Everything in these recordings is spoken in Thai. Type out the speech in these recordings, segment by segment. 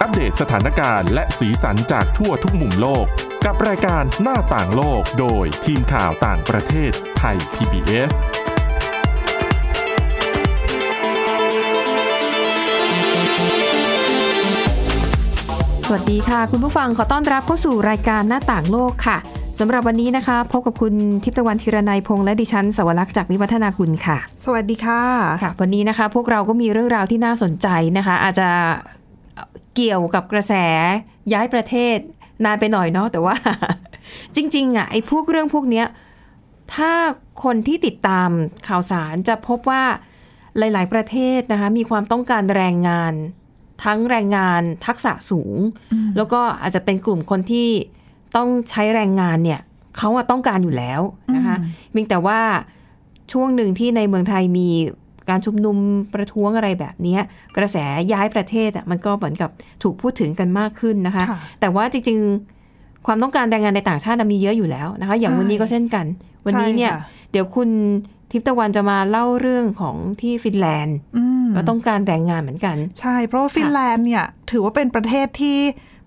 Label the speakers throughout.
Speaker 1: อัปเดตสถานการณ์และสีสันจากทั่วทุกมุมโลก กับรายการหน้าต่างโลกโดยทีมข่าวต่างประเทศไทย PBS
Speaker 2: สวัสดีค่ะ คุณผู้ฟังขอต้อนรับเข้าสู่รายการหน้าต่างโลกค่ะสำหรับวันนี้นะคะ พบกับคุณทิพย์ตะวันธีรนัยพงษ์และดิฉันสวรักษ์จากวิวัฒนาคุณค่ะ
Speaker 3: สวัสดีค่ะ
Speaker 2: ค่ะ วันนี้นะคะพวกเราก็มีเรื่องราวที่น่าสนใจนะคะ อาจจะเกี่ยวกับกระแสย้ายประเทศนานไปหน่อยเนาะแต่ว่า จริง ๆอ่ะไอ้พวกเรื่องพวกเนี้ยถ้าคนที่ติดตามข่าวสารจะพบว่าหลาย ๆ ประเทศนะคะมีความต้องการแรงงาน ทั้งแรงงานทักษะสูง แล้วก็อาจจะเป็นกลุ่มคนที่ต้องใช้แรงงานเนี่ยเขาอะต้องการอยู่แล้วนะคะ
Speaker 3: อืม
Speaker 2: เพียงแต่ว่าช่วงหนึ่งที่ในเมืองไทยมีการชุมนุมประท้วงอะไรแบบเนี้ยกระแสย้ายประเทศอะมันก็เหมือนกับถูกพูดถึงกันมากขึ้นนะคะ แต่ว่าจริงๆ ความต้องการแรงงานในต่างชาติน่ะมีเยอะอยู่แล้วนะคะ อย่าง
Speaker 3: ใช่
Speaker 2: วันนี้ก็เช่นกัน วันนี้เนี่ย
Speaker 3: ใช่ค่ะ
Speaker 2: เดี๋ยวคุณทิพย์ตะวันจะมาเล่าเรื่องของที่ฟินแลนด์
Speaker 3: อืม
Speaker 2: ก็ต้องการแรงงานเหมือนกัน
Speaker 3: ใช่ เพราะว่าฟินแลนด์เนี่ย ถือว่าเป็นประเทศที่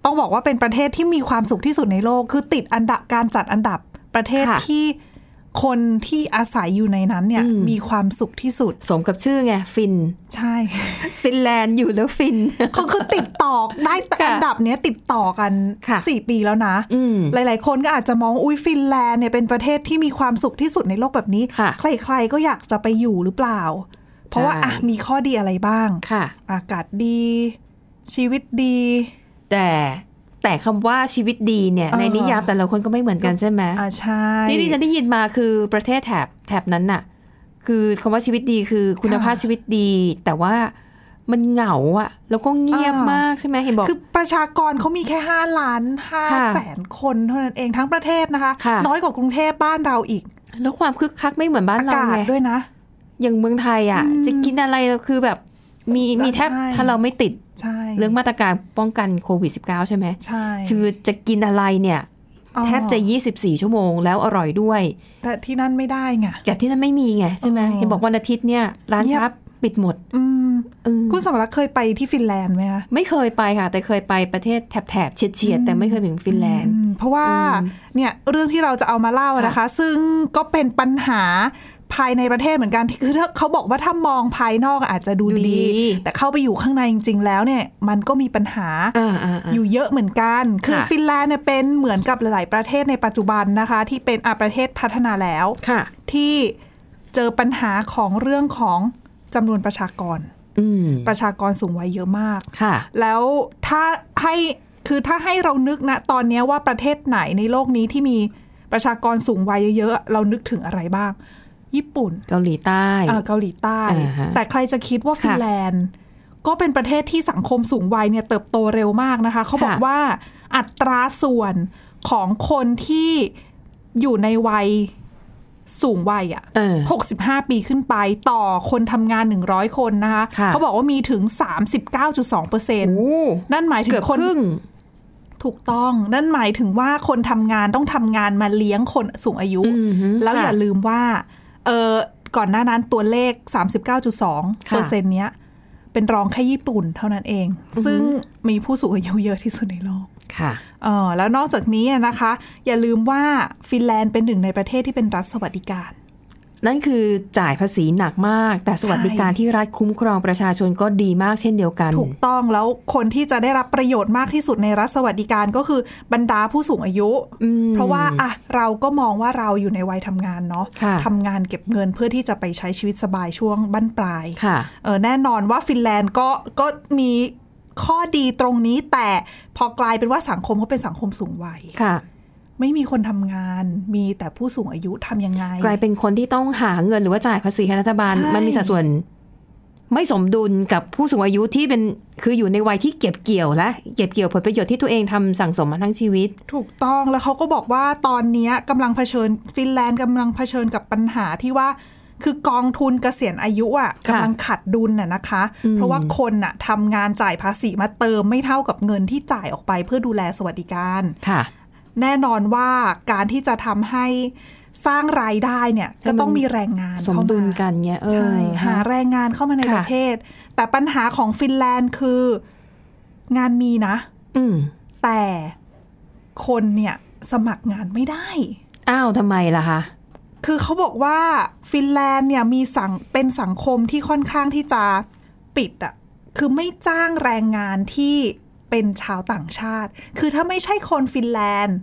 Speaker 3: ต้องบอกว่าเป็นประเทศที่มีความสุขที่สุดในโลก คือติดอันดับการจัดอันดับประเทศ
Speaker 2: ค่ะ
Speaker 3: ที่คนที่อาศัยอยู่ในนั้นเนี่ย
Speaker 2: อืม
Speaker 3: มีความสุขที่สุด
Speaker 2: สมกับชื่อไงฟิน
Speaker 3: ใช่
Speaker 2: ฟินแลนด์อยู่แล้ว ฟิน
Speaker 3: เขาคือติดต่อได้แต่
Speaker 2: ค่ะ
Speaker 3: อันดับเนี้ยติดต่อกัน
Speaker 2: ค่ะ
Speaker 3: สี่ปีแล้วนะ
Speaker 2: อืม
Speaker 3: หลาย ๆ คนก็อาจจะมองอุ้ยฟินแลนด์เนี่ยเป็นประเทศที่มีความสุขที่สุดในโลกแบบนี้
Speaker 2: ค่ะ
Speaker 3: ใคร ๆ ก็อยากจะไปอยู่หรือเปล่า เพราะว่า
Speaker 2: ใช่
Speaker 3: อ่ะมีข้อดีอะไรบ้าง
Speaker 2: ค่ะ
Speaker 3: อากาศดี ชีวิตดี
Speaker 2: แต่แต่คำว่าชีวิตดีเนี่ย
Speaker 3: เออ
Speaker 2: ในนิยามแต่ละคนก็ไม่เหมือนกันใช่ไหม
Speaker 3: อ่าใช่
Speaker 2: ที่ที่ฉันได้ยินมาคือประเทศแถบแถบนั้นน่ะ คือคำว่าชีวิตดีคือคุณภาพชีวิตดี แต่ว่ามันเหงาอะแล้วก็เงียบมากใช่ไหมเห็นบอก
Speaker 3: คือประชากรเขามีแค่ 5 ล้าน
Speaker 2: ค่ะ
Speaker 3: 5แสนคนเท่านั้นเองทั้งประเทศนะคะ
Speaker 2: ค่ะ
Speaker 3: น้อยกว่ากรุงเทพบ้านเราอีก
Speaker 2: แล้วความคึกคักไม่เหมือนบ้าน
Speaker 3: อา
Speaker 2: เรา
Speaker 3: กาศ
Speaker 2: ไง
Speaker 3: ด้วยนะ
Speaker 2: อย่างเมืองไทยอ่ะ
Speaker 3: อืม
Speaker 2: จะกินอะไรคือแบบมี
Speaker 3: อ่ะ
Speaker 2: มีแทบ
Speaker 3: ใช่
Speaker 2: ถ้าเราไม่ติด
Speaker 3: ใช่
Speaker 2: เรื่องมาตรการป้องกันโควิด -19 ใช่ไหม
Speaker 3: ใช่
Speaker 2: คือจะกินอะไรเนี่ย
Speaker 3: อ
Speaker 2: แทบจะ 24 ชั่วโมงแล้วอร่อยด้วย
Speaker 3: แต่ที่นั่นไม่ได้ไง
Speaker 2: แต่ที่นั่นไม่มีไงใช่ไหม
Speaker 3: อ๋อ
Speaker 2: เห็นบอกวันอาทิตย์เนี่ย ร้าน
Speaker 3: เงียบ
Speaker 2: ค้าปิดหมด
Speaker 3: อืม
Speaker 2: เออ
Speaker 3: คุณสมรักษ์เคยไปที่ฟินแลนด์ไหมคะ
Speaker 2: ไม่เคยไปค่ะ แต่เคยไปประเทศแถบๆเฉียดๆแต่ไม่เคยถึงฟินแลนด์
Speaker 3: อืมเพราะว่า
Speaker 2: อืม
Speaker 3: เนี่ยเรื่องที่เราจะเอามาเล่า
Speaker 2: ค่ะ
Speaker 3: นะคะ ซึ่งก็เป็นปัญหาภายในประเทศเหมือนกันที่คือถ้าเขาบอกว่าถ้ามองภายนอกอาจจะดู
Speaker 2: ดูดี
Speaker 3: ดี แต่เข้าไปอยู่ข้างในจริงๆแล้วเนี่ยมันก็มีปัญหา
Speaker 2: อ่าอ่าอ่า
Speaker 3: อยู่เยอะเหมือนกัน คือ
Speaker 2: ค่ะ
Speaker 3: ฟินแลนด์เนี่ยเป็นเหมือนกับหลายๆประเทศในปัจจุบันนะคะ ที่เป็นอะประเทศพัฒนาแล้ว
Speaker 2: ค่ะ
Speaker 3: ที่เจอปัญหาของเรื่องของจำนวนประชากร
Speaker 2: อืม
Speaker 3: ประชากรสูงวัยเยอะมาก
Speaker 2: ค่ะ
Speaker 3: แล้วถ้าให้คือถ้าให้เรานึกนะตอนเนี้ยว่าประเทศไหนในโลกนี้ที่มีประชากรสูงวัยเยอะๆ เรานึกถึงอะไรบ้าง ญี่ปุ่น
Speaker 2: เกาหลีใต้
Speaker 3: เอ่อเกาหลีใต้
Speaker 2: อ่าฮะ
Speaker 3: แต่ใครจะคิดว่า
Speaker 2: ค่ะ
Speaker 3: ฟินแลนด์ ก็เป็นประเทศที่สังคมสูงวัยเนี่ยเติบโตเร็วมากนะคะ เขาบอก
Speaker 2: ค่ะ
Speaker 3: ว่าอัตราส่วนของคนที่อยู่ในวัยสูงวัยอะ
Speaker 2: เออ
Speaker 3: 65 ปีขึ้นไปต่อคนทำงาน 100 คนนะคะ
Speaker 2: ค่ะ
Speaker 3: เขาบอกว่ามีถึง 39.2%เปอร์เซ็นต์
Speaker 2: โอ้
Speaker 3: นั่นหมายถึง
Speaker 2: เกือบ
Speaker 3: คน
Speaker 2: ครึ่ง
Speaker 3: ถูกต้อง นั่นหมายถึงว่าคนทำงานต้องทำงานมาเลี้ยงคนสูงอายุ
Speaker 2: อือฮึ
Speaker 3: แล้วอย่า
Speaker 2: ค่ะ
Speaker 3: ลืมว่าเออก่อนหน้านั้นตัวเลข 39.2เปอร์เซ็นต์เนี้ยเป็นรองแค่ญี่ปุ่นเท่านั้นเอง ซึ่งมีผู้สูงอายุเยอะที่สุดในโลก
Speaker 2: ค่ะ
Speaker 3: เออแล้วนอกจากนี้อะนะคะ อย่าลืมว่าฟินแลนด์เป็นหนึ่งในประเทศที่เป็นรัฐสวัสดิการ
Speaker 2: นั่นคือจ่ายภาษีหนักมาก แต่สวัสดิการที่รัฐคุ้มครองประชาชนก็ดีมากเช่นเดียวกัน
Speaker 3: ถูกต้องแล้วคนที่จะได้รับประโยชน์มากที่สุดในรัฐสวัสดิการก็คือบรรดาผู้สูงอายุ
Speaker 2: อืม
Speaker 3: เพราะว่าอ่ะเราก็มองว่าเราอยู่ในวัยทำงานเนาะ
Speaker 2: ค่ะ
Speaker 3: ทำงานเก็บเงินเพื่อที่จะไปใช้ชีวิตสบายช่วงบั้นปลาย
Speaker 2: ค่ะ
Speaker 3: เออแน่นอนว่าฟินแลนด์ก็ก็มีข้อดีตรงนี้ แต่พอกลายเป็นว่าสังคมเขาเป็นสังคมสูงวัย
Speaker 2: ค่ะ
Speaker 3: ไม่มีคนทำงาน มีแต่ผู้สูงอายุทำยังไง
Speaker 2: กลายเป็นคนที่ต้องหาเงินหรือว่าจ่ายภาษีให้รัฐบาล
Speaker 3: ใช่
Speaker 2: มันมีสัดส่วน ไม่สมดุลกับผู้สูงอายุที่เป็นคืออยู่ในวัยที่เก็บเกี่ยวและเก็บเกี่ยวผลประโยชน์ที่ตัวเองทำสั่งสมมาทั้งชีวิต
Speaker 3: ถูกต้องแล้วเขาก็บอกว่าตอนเนี้ยกำลังเผชิญฟินแลนด์กำลังเผชิญกับปัญหาที่ว่า คือกองทุนเกษียณอายุอ่ะ
Speaker 2: ค่ะ
Speaker 3: กำลังขาดดุลน่ะนะคะ
Speaker 2: อืม
Speaker 3: เพราะว่าคนน่ะทำงานจ่ายภาษีมาเติมไม่เท่ากับเงินที่จ่ายออกไปเพื่อดูแลสวัสดิการ
Speaker 2: ค่ะ
Speaker 3: แน่นอนว่าการที่จะทำให้สร้างรายได้เนี่ย
Speaker 2: ให้มั
Speaker 3: ก็
Speaker 2: น
Speaker 3: ต้องมีแรงงาน
Speaker 2: สม
Speaker 3: เข้าา
Speaker 2: ดุลกันเนี่ยเออ
Speaker 3: ใช่ หา
Speaker 2: ฮะ
Speaker 3: แรงงานเข้ามาใน
Speaker 2: ค่ะ
Speaker 3: ประเทศ แต่ปัญหาของฟินแลนด์คือ งานมีนะ
Speaker 2: อืม
Speaker 3: แต่คนเนี่ยสมัครงานไม่ได้
Speaker 2: อ้าวทำไมล่ะคะ
Speaker 3: คือเขาบอกว่าฟินแลนด์เนี่ยมีสังเป็นสังคมที่ค่อนข้างที่จะปิดอะคือไม่จ้างแรงงานที่เป็นชาวต่างชาติ คือถ้าไม่ใช่คนฟินแลนด์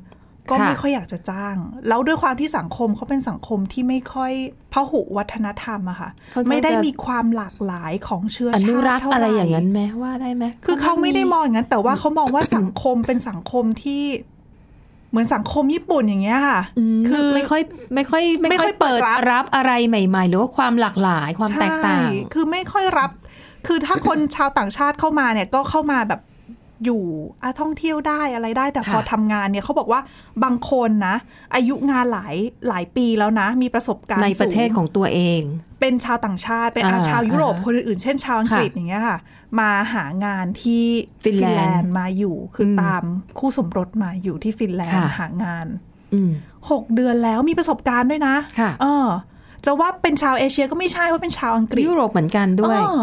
Speaker 3: ก็
Speaker 2: ค่ะ
Speaker 3: ไม่ค่อยอยากจะจ้าง แล้วด้วยความที่สังคมเขาเป็นสังคมที่ไม่ค่อยพหุวัฒนธรรมอะค่ะ
Speaker 2: เขาจะ
Speaker 3: ไม่ได้มีความหลากหลายของเชื้อ
Speaker 2: อ
Speaker 3: ชาติ
Speaker 2: นุรักษ์
Speaker 3: เท่ห
Speaker 2: อะไรอย่างนั้นไหมว่าได้ไหม
Speaker 3: คือเขาไม่ได้มองอย่างนั้น แต่ว่าเขามองว่า สังคมเป็นสังคมที่เหมือนสังคมญี่ปุ่นอย่างเงี้ยค่ะ
Speaker 2: คื
Speaker 3: คืออ
Speaker 2: ไม่ค่อยไม่ค่อย
Speaker 3: ไม่
Speaker 2: ไม่
Speaker 3: ค่
Speaker 2: ค่อ
Speaker 3: อย ยเปิ
Speaker 2: เปิด
Speaker 3: ดรับ
Speaker 2: รับอะไรใหม่ ๆ หรือว่าความหลากหลายความแตกต่าง
Speaker 3: ใช่คือไม่ค่อยรับ คือถ้าคน ชาวต่างชาติเข้ามาเนี่ยก็เข้ามาแบบอยู่อะท่องเที่ยวได้อะไรได้ แต่พอ
Speaker 2: ค่ะ
Speaker 3: ทำงานเนี่ยเขาบอกว่าบางคนนะ อายุงานหลายหลายปีแล้วนะ มีประสบการณ์
Speaker 2: ในประเทศ
Speaker 3: สูง
Speaker 2: ของตัวเอง
Speaker 3: เป็นชาวต่างชาติ เป็นอา
Speaker 2: อ่า
Speaker 3: ชาวยุโรป
Speaker 2: อ่าฮะ
Speaker 3: คนอื่นๆ เช่นชาวอังกฤษ
Speaker 2: ค่ะ
Speaker 3: อย่างเงี้ยค่ะ มาหางานที่
Speaker 2: ฟินแลนด์
Speaker 3: มาอยู่คืออ
Speaker 2: ม
Speaker 3: ตามคู่สมรสมาอยู่ที่ฟินแลนด์
Speaker 2: ค่ะ
Speaker 3: หางาน
Speaker 2: อืม
Speaker 3: หกเดือนแล้วมีประสบการณ์ด้วยนะ
Speaker 2: ค่ะ
Speaker 3: เออจะว่าเป็นชาวเอเชียก็ไม่ใช่ว่าเป็นชาวอังกฤษ
Speaker 2: ยุโรปเหมือนกันด้วย
Speaker 3: เออ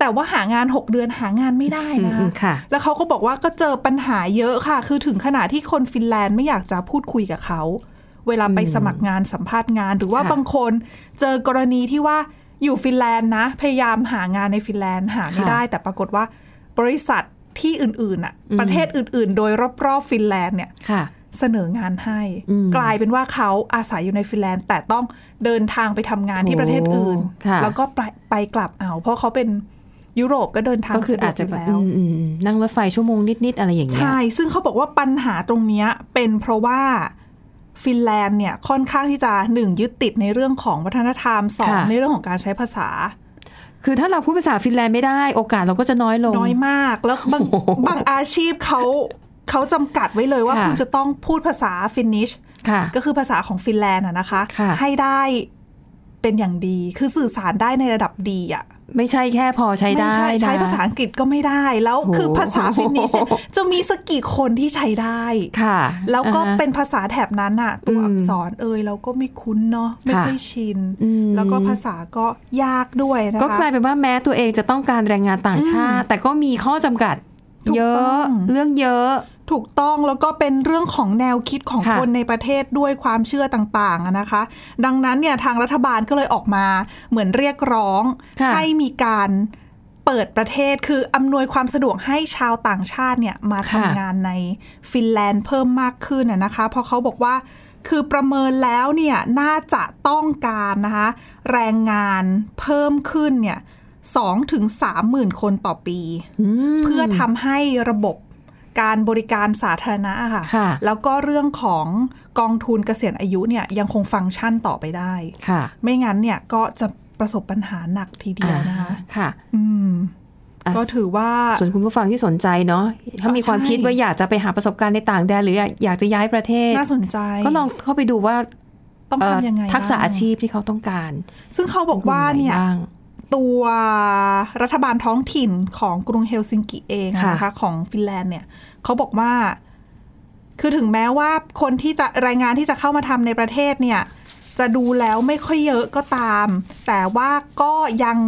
Speaker 3: แต่ว่าหางานหกเดือนหางานไม่ได้
Speaker 2: อืม
Speaker 3: นะ
Speaker 2: อืมค่ะ
Speaker 3: แล้วเขาก็บอกว่าก็เจอปัญหาเยอะค่ะ คือถึงขนาดที่คนฟินแลนด์ไม่อยากจะพูดคุยกับเขา เวลาไปสมัครงานสัมภาษณ์งาน หรือว่า
Speaker 2: ค่ะ
Speaker 3: บางคนเจอกรณีที่ว่าอยู่ฟินแลนด์นะ พยายามหางานในฟินแลนด์หาไม่ได้ แต่ปรากฏว่าบริษัทที่อื่นๆอะประเทศอื่นๆ โดยรอบๆฟินแลนด์เนี่ย
Speaker 2: ค่ะ
Speaker 3: เสนองานให้
Speaker 2: อืม
Speaker 3: กลายเป็นว่าเขาอาศัยอยู่ในฟินแลนด์ แต่ต้องเดินทางไปทำงาน
Speaker 2: โอ้
Speaker 3: ที่ประเทศอื่น
Speaker 2: ค่ะ
Speaker 3: แล้วก็ไปไปกลับเอา เพราะเขาเป็นยุโรปก็เดินทาง
Speaker 2: ก็คืออาจจะ
Speaker 3: ส
Speaker 2: แบบ
Speaker 3: ดวกยู่แล้ว
Speaker 2: อืมอืมอืมนั่งรถไฟชั่วโมงนิด ๆ อะไรอย่างเงี้ย
Speaker 3: ใช่ ซึ่งเขาบอกว่าปัญหาตรงเนี้ยเป็นเพราะว่าฟินแลนด์เนี่ยค่อนข้างที่จะหนึ่งยึดติดในเรื่องของวัฒนธรรมสอง
Speaker 2: ค่ะ
Speaker 3: ในเรื่องของการใช้ภาษา
Speaker 2: คือถ้าเราพูดภาษาฟินแลนด์ไม่ได้ โอกาสเราก็จะน้อยลง
Speaker 3: น้อยมาก แล้วบาง
Speaker 2: โอ้โห
Speaker 3: บางอาชีพเขาเขาจำกัดไว้เลยว่า
Speaker 2: ค่ะ
Speaker 3: คุณจะต้องพูดภาษาฟินนิช
Speaker 2: ค่ะ
Speaker 3: ก็คือภาษาของฟินแลนด์อะนะคะ
Speaker 2: ค่ะ
Speaker 3: ให้ได้เป็นอย่างดี คือสื่อสารได้ในระดับดีอะ
Speaker 2: ไม่ใช่แค่พอใช้ได้
Speaker 3: ม่ใช่
Speaker 2: นะ
Speaker 3: ใช้ภาษาอังกฤษก็ไม่ได้ แล้ว
Speaker 2: โอ้โห
Speaker 3: คือภาษาฟินนิชเนี่ยจะมีสักกี่คนที่ใช้ได้
Speaker 2: ค่ะ
Speaker 3: แล้วก็
Speaker 2: อ่าฮะ
Speaker 3: เป็นภาษาแถบนั้นอะตัว
Speaker 2: อืม
Speaker 3: อักษรเอยเราก็ไม่คุ้นเนาะไม่
Speaker 2: ค่ะ
Speaker 3: ค่อยชิน
Speaker 2: อืม
Speaker 3: แล้วก็ภาษาก็ยากด้วยนะคะ
Speaker 2: ก็กลายเป็นว่าแม้ตัวเองจะต้องการแรงงานต่างชาติ แต่ก็มีข้อจำกัด
Speaker 3: ถูก
Speaker 2: เย
Speaker 3: ต้
Speaker 2: อะ
Speaker 3: อง
Speaker 2: เรื่องเยอะ
Speaker 3: ถูกต้องแล้วก็เป็นเรื่องของแนวคิดของ
Speaker 2: ค่ะ
Speaker 3: คนในประเทศด้วยความเชื่อต่างๆอะนะคะ ดังนั้นเนี่ยทางรัฐบาลก็เลยออกมาเหมือนเรียกร้อง
Speaker 2: ค่ะ
Speaker 3: ให้มีการเปิดประเทศคืออำนวยความสะดวกให้ชาวต่างชาติเนี่ยมา
Speaker 2: ค่ะ
Speaker 3: ทำงานในฟินแลนด์เพิ่มมากขึ้นอะนะคะเพราะเขาบอกว่าคือประเมินแล้วเนี่ยน่าจะต้องการนะคะแรงงานเพิ่มขึ้นเนี่ยสองถึงสามหมื่นคนต่อปี เพื่อทำให้ระบบการบริการสาธารณะอะค่ะ
Speaker 2: ค่ะ
Speaker 3: แล้วก็เรื่องของกองทุนเกษียณอายุเนี่ยยังคงฟังก์ชันต่อไปได้
Speaker 2: ค่ะ
Speaker 3: ไม่งั้นเนี่ยก็จะประสบปัญหาหนักทีเดียวนะคะ
Speaker 2: ค่ะ
Speaker 3: อืม
Speaker 2: อ่ะ
Speaker 3: ก็ถือว่า
Speaker 2: ส่วนคุณผู้ฟังที่สนใจเนาะถ้ามีความ
Speaker 3: ใช่
Speaker 2: คิดว่าอยากจะไปหาประสบการณ์ในต่างแดนหรืออยากจะย้ายประเทศ
Speaker 3: น่าสนใจ
Speaker 2: ก็ลองเข้าไปดูว่า
Speaker 3: ต้อง
Speaker 2: เอ่อ
Speaker 3: ทำยังไง
Speaker 2: ทักษะ
Speaker 3: บ้ง
Speaker 2: อาชีพที่เขาต้องการ
Speaker 3: ซึ่งเขาบอกว่าเนี่ย
Speaker 2: กลุ่มไหบ้ง
Speaker 3: ตัวรัฐบาลท้องถิ่นของกรุงเฮลซิงกิเองอะ
Speaker 2: ค่ะ
Speaker 3: นะคะของฟินแลนด์เนี่ยเขาบอกว่า คือถึงแม้ว่าคนที่จะแรายงานที่จะเข้ามาทำในประเทศเนี่ย จะดูแล้วไม่ค่อยเยอะก็ตาม แต่ว่าก็ยัง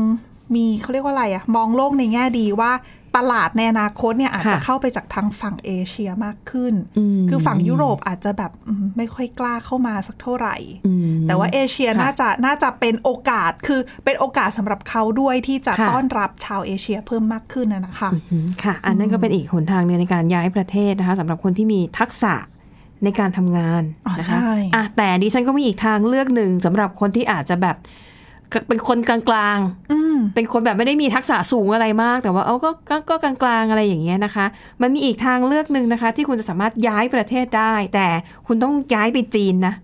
Speaker 3: มีเขาเรียกว่าอะไรอะมองโลกในแง่ดีว่าตลาดในอนาคตเนี่ยอาจจะ
Speaker 2: ค่ะ
Speaker 3: เข้าไปจากทางฝั่งเอเชียมากขึ้น
Speaker 2: ม
Speaker 3: คือฝั่งยุโรปอาจจะแบบอืมไม่ค่อยกล้าเข้ามาสักเท่าไหร่
Speaker 2: อืม
Speaker 3: แต่ว่าเอเชีย
Speaker 2: ค่ะ
Speaker 3: น่าจะน่าจะเป็นโอกาสคือเป็นโอกาสสำหรับเขาด้วยที่จะ
Speaker 2: ค่ะ
Speaker 3: ต้อนรับชาวเอเชียเพิ่มมากขึ้นน่ะนะคะ
Speaker 2: อืมค่ะ อันนั้นก็เป็นอีกหนทางหนึงในการย้ายประเทศนะคะสำหรับคนที่มีทักษะในการทำงาน
Speaker 3: อ๋อ
Speaker 2: นะ
Speaker 3: ใช่
Speaker 2: คะอ่ะแต่ดิฉันก็มีอีกทางเลือกหนึ่งสำหรับคนที่อาจจะแบบเป็นคนกลาง
Speaker 3: อืม
Speaker 2: ๆ เป็นคนแบบไม่ได้มีทักษะสูงอะไรมาก แต่ว่าเอาก็ก็ก็กลางๆอะไรอย่างเงี้ยนะคะ มันมีอีกทางเลือกหนึ่งนะคะ ที่คุณจะสามารถย้ายประเทศได้ แต่คุณต้องย้ายไปจีนนะ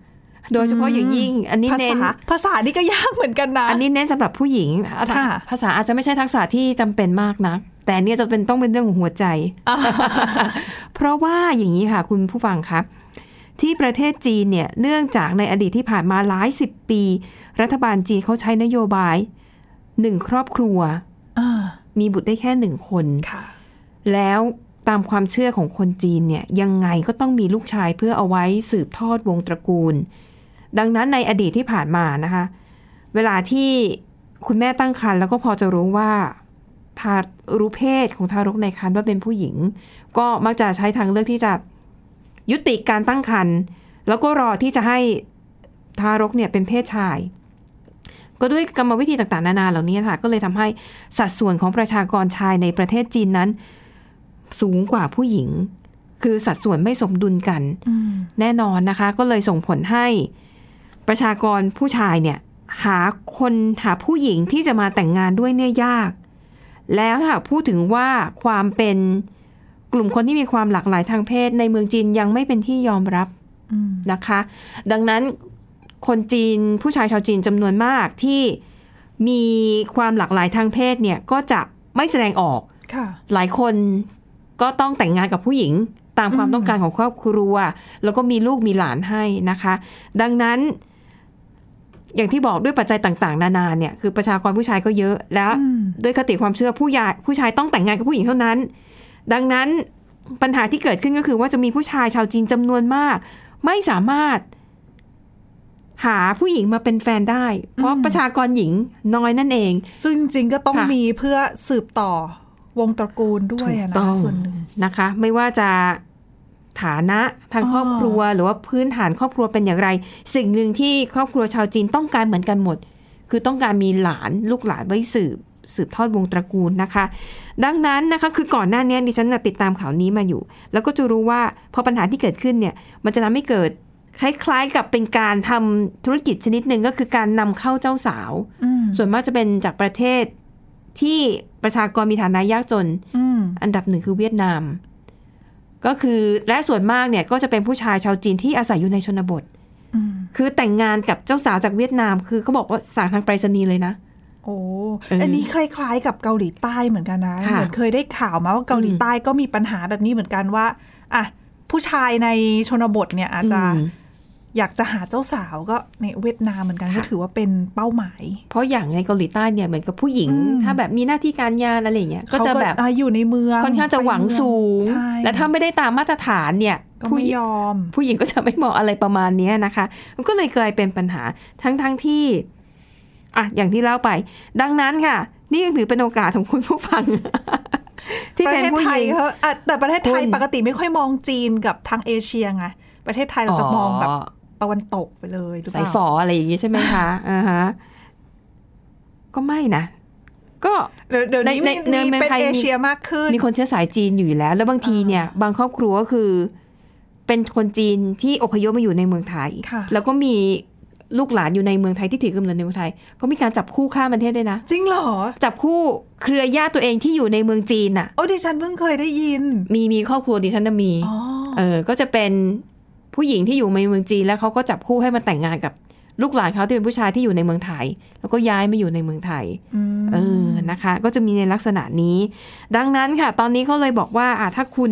Speaker 2: โดยเฉพาะอย่างยิ่ง อันนี้
Speaker 3: ภา
Speaker 2: เน้น
Speaker 3: ษาภาษานี่ก็ยากเหมือนกันนะ
Speaker 2: อันนี้เน้นสำหรับผู้หญิงอ่ะ
Speaker 3: ค่ะ
Speaker 2: ภาษาอาจจะไม่ใช่ทักษะที่จำเป็นมากนะแต่เนี่ยจะเป็นต้องเป็นเรื่องของหัวใจ เพราะว่าอย่างนี้ค่ะ คุณผู้ฟังครับ ที่ประเทศจีนเนี่ยเนื่องจากในอดีตที่ผ่านมาหลายสิบปี รัฐบาลจีนเขาใช้นโยบายหนึ่งครอบครัว
Speaker 3: อ่า
Speaker 2: มีบุตรได้แค่หนึ่งคน
Speaker 3: ค่ะ
Speaker 2: แล้วตามความเชื่อของคนจีนเนี่ยยังไงก็ต้องมีลูกชายเพื่อเอาไว้สืบทอดวงตระกูล ดังนั้นในอดีตที่ผ่านมานะคะ เวลาที่คุณแม่ตั้งครรภ์แล้วก็พอจะรู้ว่า ทารุเพศของทารกในครรภ์ว่าเป็นผู้หญิง ก็มักจะใช้ทางเลือกที่จะยุติการตั้งครรภ์แล้วก็รอที่จะให้ทารกเนี่ยเป็นเพศชาย ก็ด้วยกรรมวิธีต่างๆ นานาเหล่านี้ค่ะก็เลยทำให้สัดส่วนของประชากรชายในประเทศจีนนั้น สูงกว่าผู้หญิง คือสัดส่วนไม่สมดุลกัน
Speaker 3: อืม
Speaker 2: แน่นอนนะคะ ก็เลยส่งผลให้ประชากรผู้ชายเนี่ย หาคนหาผู้หญิงที่จะมาแต่งงานด้วยเนี่ยยาก แล้วถ้าหากพูดถึงว่าความเป็นกลุ่มคนที่มีความหลากหลายทางเพศในเมืองจีนยังไม่เป็นที่ยอมรับ
Speaker 3: อืม
Speaker 2: นะคะ ดังนั้นคนจีนผู้ชายชาวจีนจำนวนมากที่มีความหลากหลายทางเพศเนี่ยก็จะไม่แสดงออก
Speaker 3: ค่ะ
Speaker 2: หลายคนก็ต้องแต่งงานกับผู้หญิง ตามความ
Speaker 3: อืม
Speaker 2: ต้องการของครอบครัว แล้วก็มีลูกมีหลานให้นะคะ ดังนั้น อย่างที่บอกด้วยปัจจัยต่างๆ นานาเนี่ยคือประชากรผู้ชายก็เยอะแล้ว
Speaker 3: อืม
Speaker 2: ด้วยคติความเชื่อผู้ใหญ่ผู้ชายต้องแต่งงานกับผู้หญิงเท่านั้น ดังนั้นปัญหาที่เกิดขึ้นก็คือว่าจะมีผู้ชายชาวจีนจำนวนมาก ไม่สามารถ หาผู้หญิงมาเป็นแฟนได้ เพราะประชากรหญิงน้อยนั่นเอง
Speaker 3: ซึ่งจริงๆก็ต้อง
Speaker 2: ค่ะ
Speaker 3: มีเพื่อสืบต่อวงตระกูลด้วยอะ
Speaker 2: ถูกต้
Speaker 3: นะ
Speaker 2: อง
Speaker 3: ส่วนหนึ่ง
Speaker 2: นะคะ ไม่ว่าจะฐานะทาง
Speaker 3: อ๋อ
Speaker 2: ครอบครัว หรือว่าพื้นฐานครอบครัวเป็นอย่างไร สิ่งหนึ่งที่ครอบครัวชาวจีนต้องการเหมือนกันหมด คือต้องการมีหลานลูกหลานไว้สืบ สืบทอดวงตระกูลนะคะ ดังนั้นนะคะคือก่อนหน้านี้ดิฉันน่ะติดตามข่าวนี้มาอยู่ แล้วก็จะรู้ว่าพอปัญหาที่เกิดขึ้นเนี่ย มันจะทำให้เกิดคล้ายๆกับเป็นการทำธุรกิจชนิดหนึ่งก็คือการนำเข้าเจ้าสาว
Speaker 3: อืม
Speaker 2: ส่วนมากจะเป็นจากประเทศที่ประชากรมีฐานะยากจน
Speaker 3: อืม
Speaker 2: อันดับหนึ่งคือเวียดนาม ก็คือและส่วนมากเนี่ยก็จะเป็นผู้ชายชาวจีนที่อาศัยอยู่ในชนบท
Speaker 3: อืม
Speaker 2: คือแต่งงานกับเจ้าสาวจากเวียดนาม คือเขาบอกว่าสั่งทางไปรษณีย์เลยนะ
Speaker 3: โอ้
Speaker 2: เอออั
Speaker 3: อันนี้คล้ายๆกับเกาหลีใต้เหมือนกันนะ
Speaker 2: ค่ะ
Speaker 3: เหมือนเคยได้ข่าวมาว่าเกาหลี
Speaker 2: อืม
Speaker 3: ใต้ก็มีปัญหาแบบนี้เหมือนกันว่าอ่ะผู้ชายในชนบทเนี่ยอาจจะ
Speaker 2: อืม
Speaker 3: อยากจะหาเจ้าสาวก็ในเวียดนามเหมือนกัน
Speaker 2: ค่ะ
Speaker 3: ก็ถือว่าเป็นเป้าหมาย
Speaker 2: เพราะอย่างในเกาหลีใต้เนี่ยเหมือนกับผู้หญิง
Speaker 3: อืม
Speaker 2: ถ้าแบบมีหน้าที่การงานอะไรอย่างเงี้ยก็จะแบบ
Speaker 3: เขาอ่อยู่ในเมือง
Speaker 2: ค่อนข้างจะหวังสูง
Speaker 3: ใช่
Speaker 2: และถ้าไม่ได้ตามมาตรฐานเนี่ย
Speaker 3: ก็
Speaker 2: ผู้ห
Speaker 3: ไม่
Speaker 2: ญิง
Speaker 3: ยอม
Speaker 2: ผู้หญิงก็จะไม่เหมาะอะไรประมาณเนี้ยนะคะ มันก็เลยกลายเป็นปัญหาทั้งทั้งที่ อ่ะ อย่างที่เล่าไป ดังนั้นค่ะ นี่ยังถือเป็นโอกาสของคุณผู้ฟัง ที่
Speaker 3: ประ
Speaker 2: เป็น
Speaker 3: เทศ
Speaker 2: ผู้
Speaker 3: ไท
Speaker 2: ห
Speaker 3: ย
Speaker 2: ญิง
Speaker 3: เขาอ่ะแต่ประเทศไทย
Speaker 2: คุณ
Speaker 3: ปกติไม่ค่อยมองจีนกับทางเอเชียไงประเทศไทยเราจะมองแบบตะวันตกไปเลยหรือเป
Speaker 2: สาย
Speaker 3: ล่า
Speaker 2: ฝออะไรอย่างงี้ใช่ไหมคะอ่าฮะก็ไม่นะ ก็
Speaker 3: เดี๋ยวเดี๋ยวนี้
Speaker 2: ใน
Speaker 3: มี
Speaker 2: ใน
Speaker 3: มี
Speaker 2: เมือง
Speaker 3: เป็น
Speaker 2: ไทยมี
Speaker 3: เอเชียมากขึ้น
Speaker 2: มีคนเชื้อสายจีนอยู่อยู่แล้ว แล้วบางทีเนี่ย บางครอบครัวก็คือ เป็นคนจีนที่อพยพมาอยู่ในเมืองไทย
Speaker 3: ค่ะ
Speaker 2: แล้วก็มีลูกหลานอยู่ในเมืองไทยที่ถือกำเนิดในเมืองไทย ก็มีการจับคู่ข้ามประเทศด้วยนะ
Speaker 3: จริงเหรอ
Speaker 2: จับคู่เครือญาติตัวเองที่อยู่ในเมืองจีนน่ะ
Speaker 3: โอ้ดิฉันเพิ่งเคยได้ยิน
Speaker 2: มีมีครอบครัวดิฉันน่ะมี
Speaker 3: อ๋อ
Speaker 2: เออก็จะเป็นผู้หญิงที่อยู่ในเมืองจีนแล้วเขาก็จับคู่ให้มาแต่งงานกับลูกหลานเขาที่เป็นผู้ชายที่อยู่ในเมืองไทย แล้วก็ย้ายมาอยู่ในเมืองไทย
Speaker 3: อืม
Speaker 2: เออนะคะ ก็จะมีในลักษณะนี้ ดังนั้นค่ะ ตอนนี้เขาเลยบอกว่าอ่ะถ้าคุณ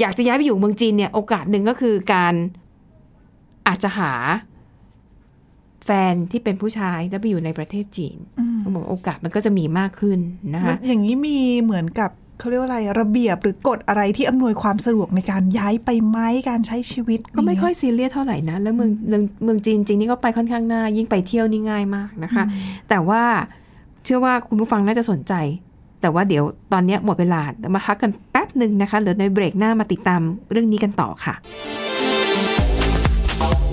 Speaker 2: อยากจะย้ายไปอยู่เมืองจีนเนี่ยโอกาสหนึ่งก็คือการอาจจะหาแฟนที่เป็นผู้ชายแล้วไปอยู่ในประเทศจีน
Speaker 3: ม
Speaker 2: เขาบอกโอกาสมันก็จะมีมากขึ้นนะคะ
Speaker 3: มันอย่างนี้มีเหมือนกับเขาเรียกว่าอะไรระเบียบหรือกฎอะไรที่อำนวยความสะดวกในการย้ายไปไหมการใช้ชีวิต
Speaker 2: ก็ไม่ค่อย ยซีเรียสเท่าไหร่นะ แล้วเมืองเมืองเมืองจีนจริงนี่ก็ไปค่อนข้างง่ายยิ่งไปเที่ยวนี่ง่ายมากนะคะ แต่ว่าเชื่อว่าคุณผู้ฟังน่าจะสนใจ แต่ว่าเดี๋ยวตอนเนี้ยหมดเวลาเดี๋ยวมาพักกันแป๊บหนึ่งนะคะเดี๋ยวในเบรกหน้ามาติดตามเรื่องนี้กันต่อค่ะ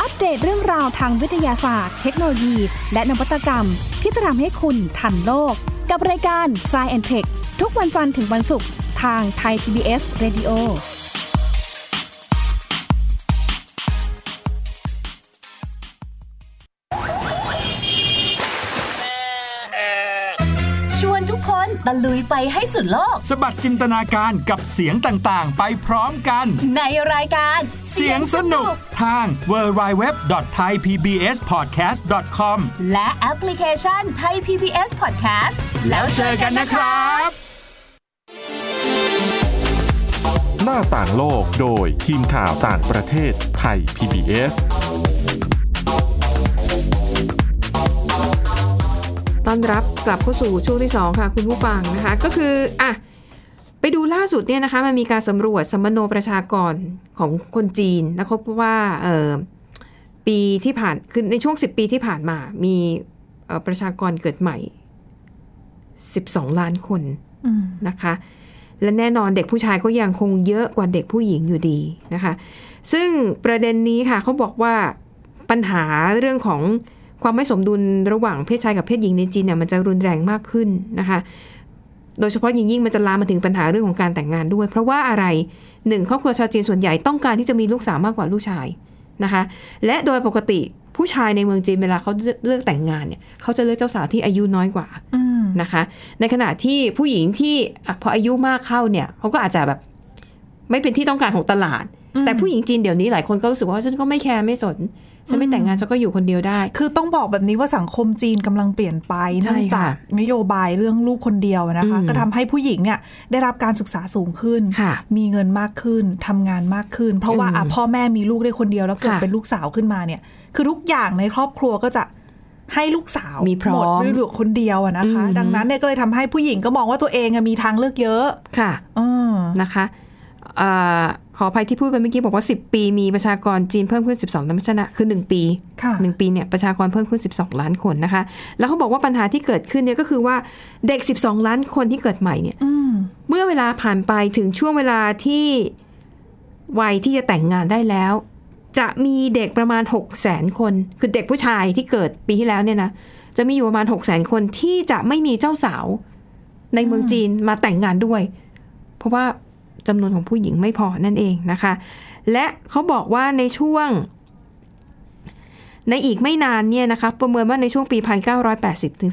Speaker 4: อัปเดตเรื่องราวทางวิทยาศาสตร์ เทคโนโลยี และนวัตกรรม ที่จะทำให้คุณทันโลก กับรายการ s c i e n t e c h ทุกวันจันทร์ถึงวันศุกร์ ทางไทย PBS Radio
Speaker 5: ชวนทุกคนตะลุยไปให้สุดโลก
Speaker 6: สะบัดจินตนาการกับเสียงต่าง ๆ ไปพร้อมกัน
Speaker 5: ในรายการ
Speaker 6: เสียงสนุกทาง w w w t h a i p b s p o d c a s t c o m
Speaker 5: และแอปพลิเคชันไทย PBS Podcast
Speaker 6: แล้วเจอกันนะครับ
Speaker 5: บ
Speaker 1: หน้าต่างโลกโดยทีมข่าวต่างประเทศไทย PBS
Speaker 2: ต้อนรับกลับเข้าสู่ช่วงที่ 2 ค่ะ คุณผู้ฟังนะคะ ก็คืออ่ะไปดูล่าสุดเนี่ยนะคะ มันมีการสำรวจสมโนประชากรของคนจีนนะครบว่าเออปีที่ผ่านคือในช่วง 10 ปีที่ผ่านมา มีเอ่อประชากรเกิดใหม่ 12 ล้านคน
Speaker 3: อืม
Speaker 2: นะคะ และแน่นอนเด็กผู้ชายก็ยังคงเยอะกว่าเด็กผู้หญิงอยู่ดีนะคะ ซึ่งประเด็นนี้ค่ะเขาบอกว่าปัญหาเรื่องของความไม่สมดุลระหว่างเพศชายกับเพศหญิงในจีนเนี่ยมันจะรุนแรงมากขึ้นนะคะ โดยเฉพาะอย่างยิ่งมันจะลามมาถึงปัญหาเรื่องของการแต่งงานด้วย เพราะว่าอะไรหนึ่งครอบครัวชาวจีนส่วนใหญ่ต้องการที่จะมีลูกสาวมากกว่าลูกชายนะคะ และโดยปกติผู้ชายในเมืองจีนเวลาเขาเลือกแต่งงานเนี่ยเขาจะเลือกเจ้าสาวที่อายุน้อยกว่า
Speaker 3: อืม
Speaker 2: นะคะในขณะที่ผู้หญิงที่อ่ะพออายุมากเข้าเนี่ยเขาก็อาจจะแบบไม่เป็นที่ต้องการของตลาด
Speaker 3: อืม
Speaker 2: แต่ผู้หญิงจีนเดี๋ยวนี้หลายคนก็รู้สึกว่าฉันก็ไม่แคร์ไม่สน ฉันไม่แต่งงานฉันก็อยู่คนเดียวได้
Speaker 3: คือต้องบอกแบบนี้ว่าสังคมจีนกำลังเปลี่ยนไป
Speaker 2: ใช่
Speaker 3: เนื่อง
Speaker 2: ค่ะ
Speaker 3: จากนโยบายเรื่องลูกคนเดียวนะคะ
Speaker 2: อืม
Speaker 3: ก็ทำให้ผู้หญิงเนี่ยได้รับการศึกษาสูงขึ้น
Speaker 2: ค่ะ
Speaker 3: มีเงินมากขึ้นทำงานมากขึ้น เพราะว่า
Speaker 2: อืม
Speaker 3: อ่ะพ่อแม่มีลูกได้คนเดียวแล้วเกิด
Speaker 2: ค่ะ
Speaker 3: เป็นลูกสาวขึ้นมาเนี่ย คือทุกอย่างในครอบครัวก็จะให้ลูกสาว
Speaker 2: มีพร้อ
Speaker 3: ห
Speaker 2: ม
Speaker 3: มดไม่เหลือคนเดียวอะนะคะ
Speaker 2: อืม
Speaker 3: ดังนั้นเนี่ยก็เลยทำให้ผู้หญิงก็มองว่าตัวเองอะมีทางเลือกเยอะ
Speaker 2: ค่ะ
Speaker 3: อืม
Speaker 2: นะคะอาขออภัยที่พูดไปเมื่อกี้บอกว่า 10 ปีมีประชากรจีนเพิ่มขึ้น 12ล้านชนะคือ 1 ปี
Speaker 3: ค่ะ
Speaker 2: หนึ่งปีเนี่ยประชากรเพิ่มขึ้น 12 ล้านคนนะคะ แล้วเขาบอกว่าปัญหาที่เกิดขึ้นเนี่ยก็คือว่าเด็ก 12 ล้านคนที่เกิดใหม่เนี่ย
Speaker 3: อืม
Speaker 2: เมื่อเวลาผ่านไปถึงช่วงเวลาที่วัยที่จะแต่งงานได้แล้ว จะมีเด็กประมาณ 6 0 0 0 0 0 คน คือเด็กผู้ชายที่เกิดปีที่แล้วเนี่ยนะจะมีอยู่ประมาณ 6 0 0 0 0 0 คนที่จะไม่มีเจ้าสาวในเมืองจีนมาแต่งงานด้วย เพราะว่าจำนวนของผู้หญิงไม่พอนั่นเองนะคะ และเขาบอกว่าในช่วง ในอีกไม่นานเนี่ยนะคะประเมินว่าในช่วงปี 1980 ถึง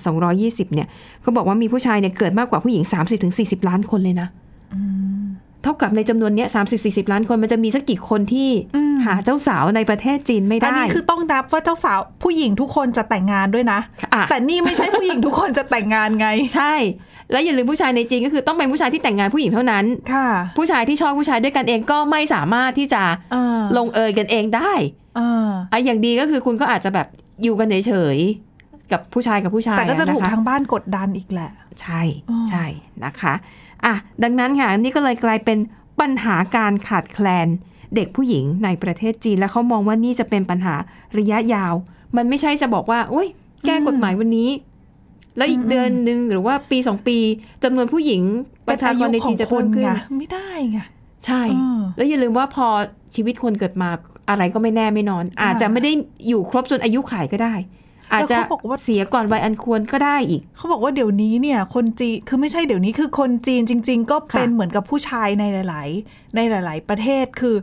Speaker 2: 2220 เนี่ยเขาบอกว่ามีผู้ชายเนี่ยเกิดมากกว่าผู้หญิง 30 ถึง 40 ล้านคนเลยนะเท่ากับในจำนวนเนี้ย30 40 ล้านคนมันจะมีสักกี่คนที่
Speaker 3: อืม
Speaker 2: หาเจ้าสาวในประเทศจีนไม่
Speaker 3: อัน
Speaker 2: ได้
Speaker 3: นี้คือต้องนับว่าเจ้าสาวผู้หญิงทุกคนจะแต่งงานด้วยนะ
Speaker 2: อ่ะ
Speaker 3: แต่นี่ไม่ใช่ผู้หญิงทุกคนจะแต่งงานไง
Speaker 2: ใช่ แล้วอย่าลืมผู้ชายในจีนก็คือต้องเป็นผู้ชายที่แต่งงานผู้หญิงเท่านั้น
Speaker 3: ค่ะ
Speaker 2: ผู้ชายที่ชอบผู้ชายด้วยกันเองก็ไม่สามารถที่จะ
Speaker 3: อ่า
Speaker 2: ลงเอยกันเองได้
Speaker 3: อ่า
Speaker 2: อะอย่างดีก็คือคุณก็อาจจะแบบอยู่กันเฉยๆกับผู้ชายกับผู้ชาย
Speaker 3: แต่ก็จะถูก
Speaker 2: นค
Speaker 3: ทางบ้านกดดันอีกแหละ
Speaker 2: ใช่
Speaker 3: อ๋อ
Speaker 2: ใช่นะคะอ่ะดังนั้นค่ะนี่ก็เลยกลายเป็นปัญหาการขาดแคลนเด็กผู้หญิงในประเทศจีน และเขามองว่านี่จะเป็นปัญหาระยะยาว มันไม่ใช่จะบอกว่าโอ้ยแก้กฎหมายวันนี้ แล้วอีกเดือนหนึ่งหรือว่าปีสองปีจำนวนผู้หญิงประชากรในจีนจะเพิ่มขึ้น
Speaker 3: เป็อายุของคไงไม่ได้ไง
Speaker 2: ใช่
Speaker 3: อ่า
Speaker 2: แล้วอย่าลืมว่าพอชีวิตคนเกิดมาอะไรก็ไม่แน่ไม่นอน
Speaker 3: ค่ะ
Speaker 2: อาจจะไม่ได้อยู่ครบจนอายุขัยก็ได้ อาจจะ
Speaker 3: แล้วเขาบอกว่า
Speaker 2: เสียก่อนวัยอันควรก็ได้อีก
Speaker 3: เขาบอกว่าเดี๋ยวนี้เนี่ย คนจีนคือไม่ใช่เดี๋ยวนี้คือคนจีนจริง ๆ ก็เป็น
Speaker 2: ค่ะ
Speaker 3: เหมือนกับผู้ชายในหลาย ๆ ในหลาย ๆ ประเทศคือ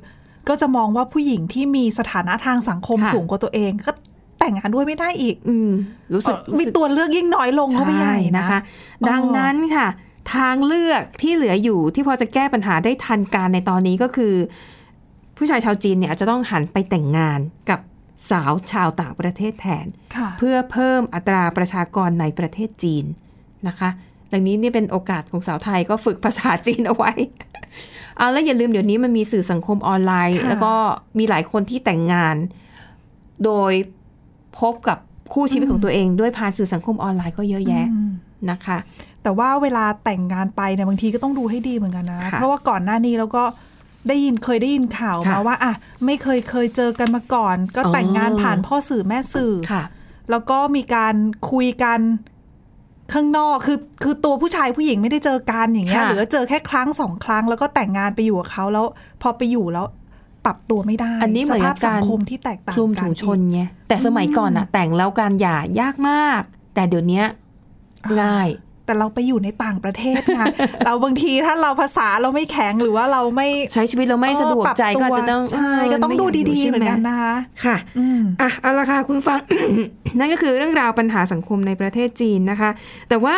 Speaker 3: ก็จะมองว่าผู้หญิงที่มีสถานะทางสังคม
Speaker 2: ค่ะ
Speaker 3: สูงกว่าตัวเองก็แต่งงานด้วยไม่ได้อีก
Speaker 2: อืม รู้สึก
Speaker 3: เอ่อมีตัวเลือกยิ่งน้อยลงเข้าไปใหญ่นะ
Speaker 2: นะคะ
Speaker 3: อ
Speaker 2: ดังนั้นค่ะ ทางเลือกที่เหลืออยู่ที่พอจะแก้ปัญหาได้ทันการในตอนนี้ก็คือ ผู้ชายชาวจีนเนี่ยอาจจะต้องหันไปแต่งงานกับสาวชาวต่างประเทศแทน
Speaker 3: ค่ะ
Speaker 2: เพื่อเพิ่มอัตราประชากรในประเทศจีนนะคะ ดังนี้เนี่ยเป็นโอกาสของสาวไทยก็ฝึกภาษาจีนเอาไว้ เอาแล้วอย่าลืมเดี๋ยวนี้มันมีสื่อสังคมออนไลน์
Speaker 3: ค่ะ
Speaker 2: แล้วก็มีหลายคนที่แต่งงาน โดยพบกับคู่ชีวิตของตัวเอง ด้วยผ่านสื่อสังคมออนไลน์ก็เยอะแยะ
Speaker 3: อืม
Speaker 2: นะคะ
Speaker 3: แต่ว่าเวลาแต่งงานไปเนี่ยบางทีก็ต้องดูให้ดีเหมือนกันนะ
Speaker 2: ค่ะ
Speaker 3: เพราะว่าก่อนหน้านี้เราก็ได้ยินเคยได้ยินข่าว
Speaker 2: ค่ะ
Speaker 3: มาว่าอ่ะไม่เคยเคยเจอกันมาก่อน ก็
Speaker 2: อ๋อ
Speaker 3: แต่งงานผ่านพ่อสื่อแม่สื่อ
Speaker 2: ค่ะ
Speaker 3: แล้วก็มีการคุยกันข้างนอกคือคือตัวผู้ชายผู้หญิงไม่ได้เจอกันอย่างเงี้ย
Speaker 2: ค่ะ
Speaker 3: หรือว่าเจอแค่ครั้งสองครั้ง แล้วก็แต่งงานไปอยู่กับเขาแล้วพอไปอยู่แล้วปรับตัวไม่ได้
Speaker 2: อันนี้เห
Speaker 3: ส
Speaker 2: มือนกั
Speaker 3: ภาพ
Speaker 2: บ
Speaker 3: สั
Speaker 2: กาง ร
Speaker 3: คมที่แตกต่าง
Speaker 2: คลุม
Speaker 3: กั
Speaker 2: ถุ
Speaker 3: น
Speaker 2: งชนไงแต่สมัยก่อนอะแต่งแล้วการหย่ายากมาก แต่เดี๋ยวนี้ง่าย
Speaker 3: แต่เราไปอยู่ในต่าง ประเทศนะ เราบางทีถ้าเราภาษาเราไม่แข็งหรือว่าเราไม่
Speaker 2: ใช้ชีวิตเราไม่สะดวก
Speaker 3: เออปรับ
Speaker 2: ใจก็อาจจะต้อง
Speaker 3: ใช่ก็ต้อง
Speaker 2: ไม่
Speaker 3: ดู
Speaker 2: ยายู่
Speaker 3: ดีๆ
Speaker 2: ใช่ไ
Speaker 3: เหมือนกันนะคะ
Speaker 2: ค่ะ
Speaker 3: อืม
Speaker 2: อ่ะเอาละค่ะคุณฟัง นั่นก็คือเรื่องราวปัญหาสังคมในประเทศจีนนะคะ แต่ว่า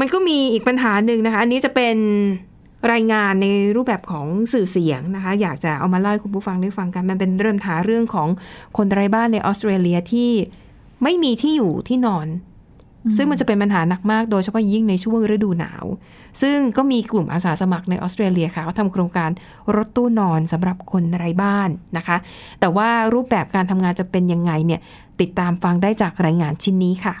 Speaker 2: มันก็มีอีกปัญหาหนึ่งนะคะ อันนี้จะเป็นรายงานในรูปแบบของสื่อเสียงนะคะ อยากจะเอามาเล่าให้คุณผู้ฟังได้ฟังกัน มันเป็นเรื่องหาเรื่องของคนไร้บ้านในออสเตรเลียที่ไม่มีที่อยู่ที่นอน ซึ่งมันจะเป็นปัญหาหนักมากโดยเฉพาะยิ่งในช่วงฤดูหนาว ซึ่งก็มีกลุ่มอาสาสมัครในออสเตรเลียค่ะเขาทำโครงการรถตู้นอนสำหรับคนไร้บ้านนะคะ แต่ว่ารูปแบบการทำงานจะเป็นยังไงเนี่ยติดตามฟังได้จากรายงานชิ้นนี้ค่ะ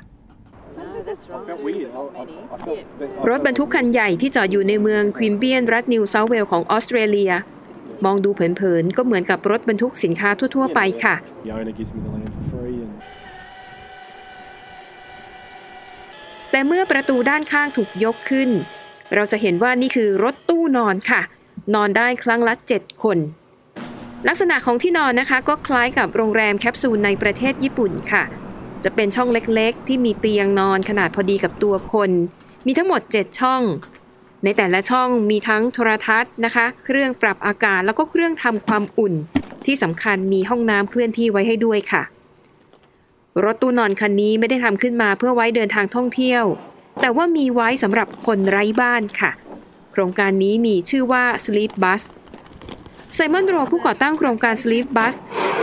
Speaker 2: รถบรรทุกคันใหญ่ที่จอดอยู่ในเมืองควิมเบียนรัฐนิวเซาเวลของออสเตรเลีย มองดูเผินๆ ก็เหมือนกับรถบรรทุกสินค้าทั่ว ๆ ไปค่ะ
Speaker 7: The owner gives me the land for free and
Speaker 2: แต่เมื่อประตูด้านข้างถูกยกขึ้น เราจะเห็นว่านี่คือรถตู้นอนค่ะ นอนได้ครั้งละ 7 คน ลักษณะของที่นอนนะคะ ก็คล้ายกับโรงแรมแคปซูลในประเทศญี่ปุ่นค่ะ จะเป็นช่องเล็กๆ ที่มีเตียงนอนขนาดพอดีกับตัวคน มีทั้งหมด 7 ช่อง ในแต่ละช่องมีทั้งโทรทัศน์นะคะ เครื่องปรับอากาศแล้วก็เครื่องทำความอุ่น ที่สำคัญมีห้องน้ำเคลื่อนที่ไว้ให้ด้วยค่ะ รถตู้นอนคันนี้ไม่ได้ทำขึ้นมาเพื่อไว้เดินทางท่องเที่ยว แต่ว่ามีไว้สำหรับคนไร้บ้านค่ะ โครงการนี้มีชื่อว่า Sleep Bus ไซมอนโรผู้ก่อตั้งโครงการ Sleep Bus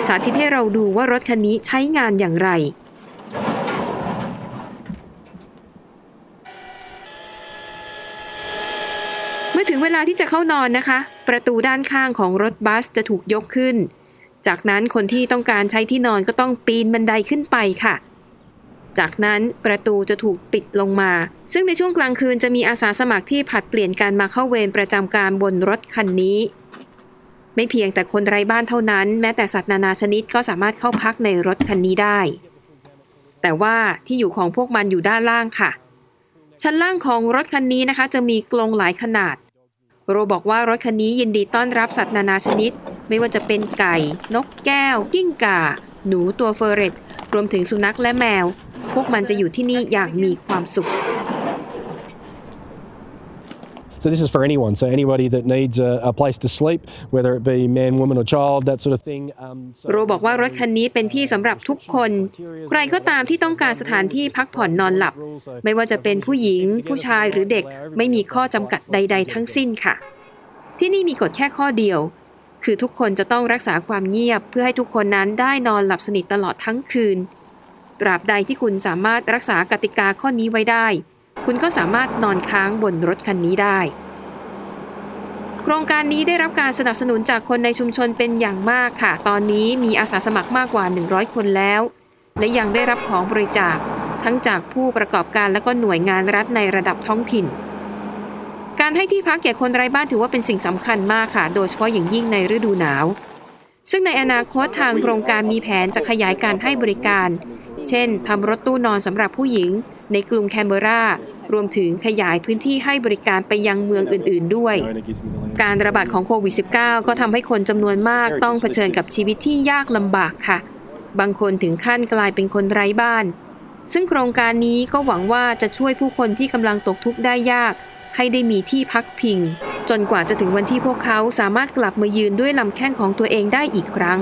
Speaker 2: สาธิตให้เราดูว่ารถคันนี้ใช้งานอย่างไร เมื่อถึงเวลาที่จะเข้านอนนะคะ ประตูด้านข้างของรถบัสจะถูกยกขึ้น จากนั้นคนที่ต้องการใช้ที่นอนก็ต้องปีนบันไดขึ้นไปค่ะ จากนั้นประตูจะถูกปิดลงมา ซึ่งในช่วงกลางคืนจะมีอาสาสมัครที่ผลัดเปลี่ยนการมาเข้าเวรประจำการบนรถคันนี้ ไม่เพียงแต่คนไร้บ้านเท่านั้น แม้แต่สัตว์นานาชนิดก็สามารถเข้าพักในรถคันนี้ได้ แต่ว่าที่อยู่ของพวกมันอยู่ด้านล่างค่ะ ชั้นล่างของรถคันนี้นะคะ จะมีกรงหลายขนาด โรบอกว่ารถคันนี้ยินดีต้อนรับสัตว์นานาชนิด ไม่ว่าจะเป็นไก่ นกแก้ว กิ้งก่า หนูตัวเฟอร์เรตรวมถึงสุนัขและแมว พวกมันจะอยู่ที่นี่อย่างมีความสุข
Speaker 7: So this is for anyone. So anybody that needs a, a place to sleep, whether it be man, woman, or child, that sort of thing. Um, so
Speaker 2: โรบอกว่ารถคันนี้เป็นที่สำหรับทุกคน ใครก็ตามที่ต้องการสถานที่พักผ่อนนอนหลับ ไม่ว่าจะเป็นผู้หญิง ผู้ชายหรือเด็กไม่มีข้อจำกัดใด ๆ ทั้งสิ้นค่ะ ที่นี่มีกฎแค่ข้อเดียว คือทุกคนจะต้องรักษาความเงียบ เพื่อให้ทุกคนนั้นได้นอนหลับสนิทตลอดทั้งคืน ตราบใดที่คุณสามารถรักษากติกาข้อนี้ไว้ได้ คุณก็สามารถนอนค้างบนรถคันนี้ได้ โครงการนี้ได้รับการสนับสนุนจากคนในชุมชนเป็นอย่างมากค่ะ ตอนนี้มีอาสาสมัครมากกว่า 100 คนแล้ว และยังได้รับของบริจาค ทั้งจากผู้ประกอบการและก็หน่วยงานรัฐในระดับท้องถิ่น การให้ที่พักแก่คนไร้บ้านถือว่าเป็นสิ่งสำคัญมากค่ะ โดยเฉพาะอย่างยิ่งในฤดูหนาว ซึ่งในอนาคตทางโครงการมีแผนจะขยายการให้บริการ เช่นทำรถตู้นอนสำหรับผู้หญิง ในกรุงแคนเบอรารวมถึงขยายพื้นที่ให้บริการไปยังเมืองอื่น ๆ ด้วย
Speaker 7: The owner gives me the land.
Speaker 2: การระบาดของโควิด -19 ก็ทำให้คนจำนวนมากต้องเผชิญกับชีวิตที่ยากลำบากค่ะ บางคนถึงขั้นกลายเป็นคนไร้บ้าน ซึ่งโครงการนี้ก็หวังว่าจะช่วยผู้คนที่กำลังตกทุกข์ได้ยาก ให้ได้มีที่พักพิง จนกว่าจะถึงวันที่พวกเขาสามารถกลับมายืนด้วยลำแข้งของตัวเองได้อีกครั้ง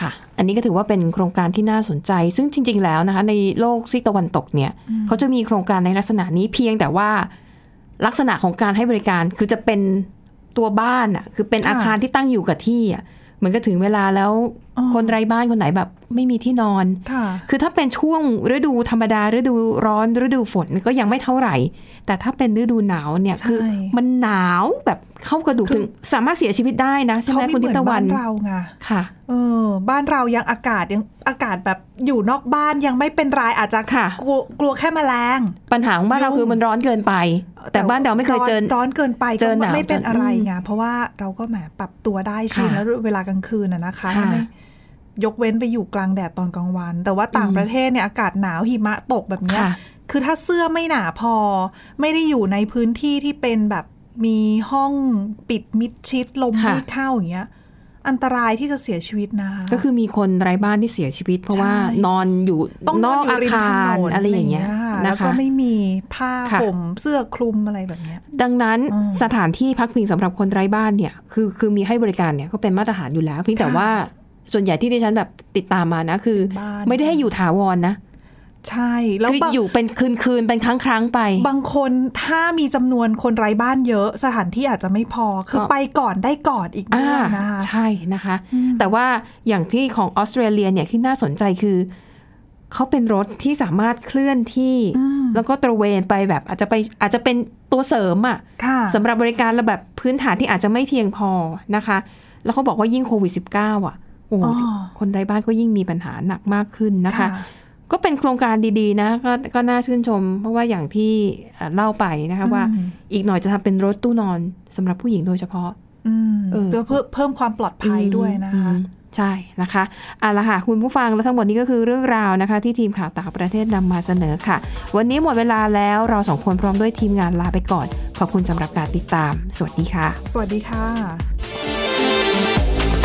Speaker 2: ค่ะ อันนี้ก็ถือว่าเป็นโครงการที่น่าสนใจ ซึ่งจริง ๆ แล้วนะคะ ในโลกซีกตะวันตกเนี่ยเขาจะมีโครงการในลักษณะนี้เพียงแต่ว่าลักษณะของการให้บริการคือจะเป็นตัวบ้านอ่ะคือเป็นอาคารที่ตั้งอยู่กับที่อ่ะเหมือนก็ถึงเวลาแล้ว
Speaker 3: อ๋อ
Speaker 2: คนไร้บ้านคนไหนแบบไม่มีที่นอน
Speaker 3: ค่ะ
Speaker 2: คือถ้าเป็นช่วงฤดูธรรมดาฤดูร้อนฤดูฝนก็ยังไม่เท่าไหร่ แต่ถ้าเป็นฤดูหนาวเนี่ย
Speaker 3: ใช่
Speaker 2: คือมันหนาวแบบเข้ากระดูก
Speaker 3: คือ
Speaker 2: ถึงสามารถเสียชีวิตได้นะใช่ไห
Speaker 3: เขา
Speaker 2: ม
Speaker 3: ไม่
Speaker 2: คุณ
Speaker 3: เห
Speaker 2: ทิ
Speaker 3: มือน
Speaker 2: ตะวั
Speaker 3: บ้าน นเราไง
Speaker 2: ค่ะ
Speaker 3: เออ บ้านเรายังอากาศยังอากาศแบบอยู่นอกบ้านยังไม่เป็นไรอาจจะ
Speaker 2: ค่ะ
Speaker 3: กลัวกลัวแค่แมลง
Speaker 2: ปัญหาของบ้านเราคือมันร้อนเกินไป แต่บ้านเราไม่เคยเจอ
Speaker 3: ร้นร้อนเกินไป
Speaker 2: เจ
Speaker 3: ก็
Speaker 2: อหนาว
Speaker 3: ไม่เป็น
Speaker 2: จน
Speaker 3: อะไร
Speaker 2: อืม
Speaker 3: ไงเพราะว่าเราก็แหมปรับตัวได้ชิน
Speaker 2: ค่ะ
Speaker 3: แล้วเวลากลางคืนอะนะคะ
Speaker 2: ค่ะ
Speaker 3: ไม่ยกเว้นไปอยู่กลางแดดตอนกลางวัน แต่ว่าต่างประเทศเนี่ยอากาศหนาวหิมะตกแบบเนี้ย
Speaker 2: ค่ะ
Speaker 3: คือถ้าเสื้อไม่หนาพอ ไม่ได้อยู่ในพื้นที่ที่เป็นแบบมีห้องปิดมิดชิดลมไม่เข้าอย่างเงี้ย อันตรายที่จะเสียชีวิตนะคะ
Speaker 2: ก็คือมีคนไร้บ้านที่เสียชีวิต เพราะว่า
Speaker 3: ใช่
Speaker 2: นอนอยู่
Speaker 3: ต้อง
Speaker 2: นอ
Speaker 3: นอ
Speaker 2: น ก
Speaker 3: อยู่
Speaker 2: อา
Speaker 3: ริม
Speaker 2: คา
Speaker 3: ถน
Speaker 2: ร
Speaker 3: น
Speaker 2: อะไรอย่างเงี้ย
Speaker 3: ค่ะ
Speaker 2: นะ
Speaker 3: แล้วก็
Speaker 2: คะ
Speaker 3: ไม่มีผ้า
Speaker 2: ค่ะ
Speaker 3: ผมเสื้อคลุมอะไรแบบเนี้ย
Speaker 2: ดังนั้น
Speaker 3: อืม
Speaker 2: สถานที่พักพิงสำหรับคนไร้บ้านเนี่ยคือคือมีให้บริการเนี่ยก็เป็นมาตรฐานอยู่แล้วเพียงแต่
Speaker 3: ค่ะ
Speaker 2: ว่าส่วนใหญ่ที่ดิฉันแบบติดตามมานะคือ
Speaker 3: บ้าน
Speaker 2: ไม่ได้ให้อยู่ถาวรนะ
Speaker 3: ใช่แล้
Speaker 2: คือ
Speaker 3: วาง
Speaker 2: อยู่เป็นคืนคืนๆเป็นครั้งครั้งๆไป
Speaker 3: บางคนถ้ามีจำนวนคนไร้บ้านเยอะ สถานที่อาจจะไม่พอคือ
Speaker 2: ก็
Speaker 3: ไปก่อนได้ก่อนอีกด้
Speaker 2: อ่า
Speaker 3: วยนะคะ
Speaker 2: ใช่นะคะ แต่ว่าอย่างที่ของออสเตรเลียเนี่ยที่น่าสนใจคือ เขาเป็นรถที่สามารถเคลื่อนที่ แล้วก็ตระเวนไปแบบอาจจะไปอาจจะเป็นตัวเสริมอ่ะ
Speaker 3: ค่ะ
Speaker 2: สำหรับบริการระแบบพื้นฐานที่อาจจะไม่เพียงพอนะคะ แล้วเขาบอกว่ายิ่งโควิด -19 อ่ะ โอ้โหคนไร้บ้านก็ยิ่งมีปัญหาหนักมากขึ้นนะคะ ก็เป็นโครงการดีๆนะกก็น่าชื่นชม เพราะว่าอย่างที่เอ่อเล่าไปนะคะว่าอีกหน่อยจะทำเป็นรถตู้นอนสำหรับผู้หญิงโดยเฉพาะ
Speaker 3: อืม
Speaker 2: เออ
Speaker 3: เพื่อเพิ่มเพิ่มความปลอดภัยด้วยนะคะ
Speaker 2: อืมใช่นะคะเอาละค่ะคุณผู้ฟังและทั้งหมดนี้ก็คือเรื่องราวนะคะ ที่ทีมข่าวต่างประเทศนำมาเสนอค่ะ วันนี้หมดเวลาแล้วเราสองคนพร้อมด้วยทีมงานลาไปก่อน ขอบคุณสำหรับการติดตาม สวัสดีค่ะ
Speaker 3: สวัสดีค่ะ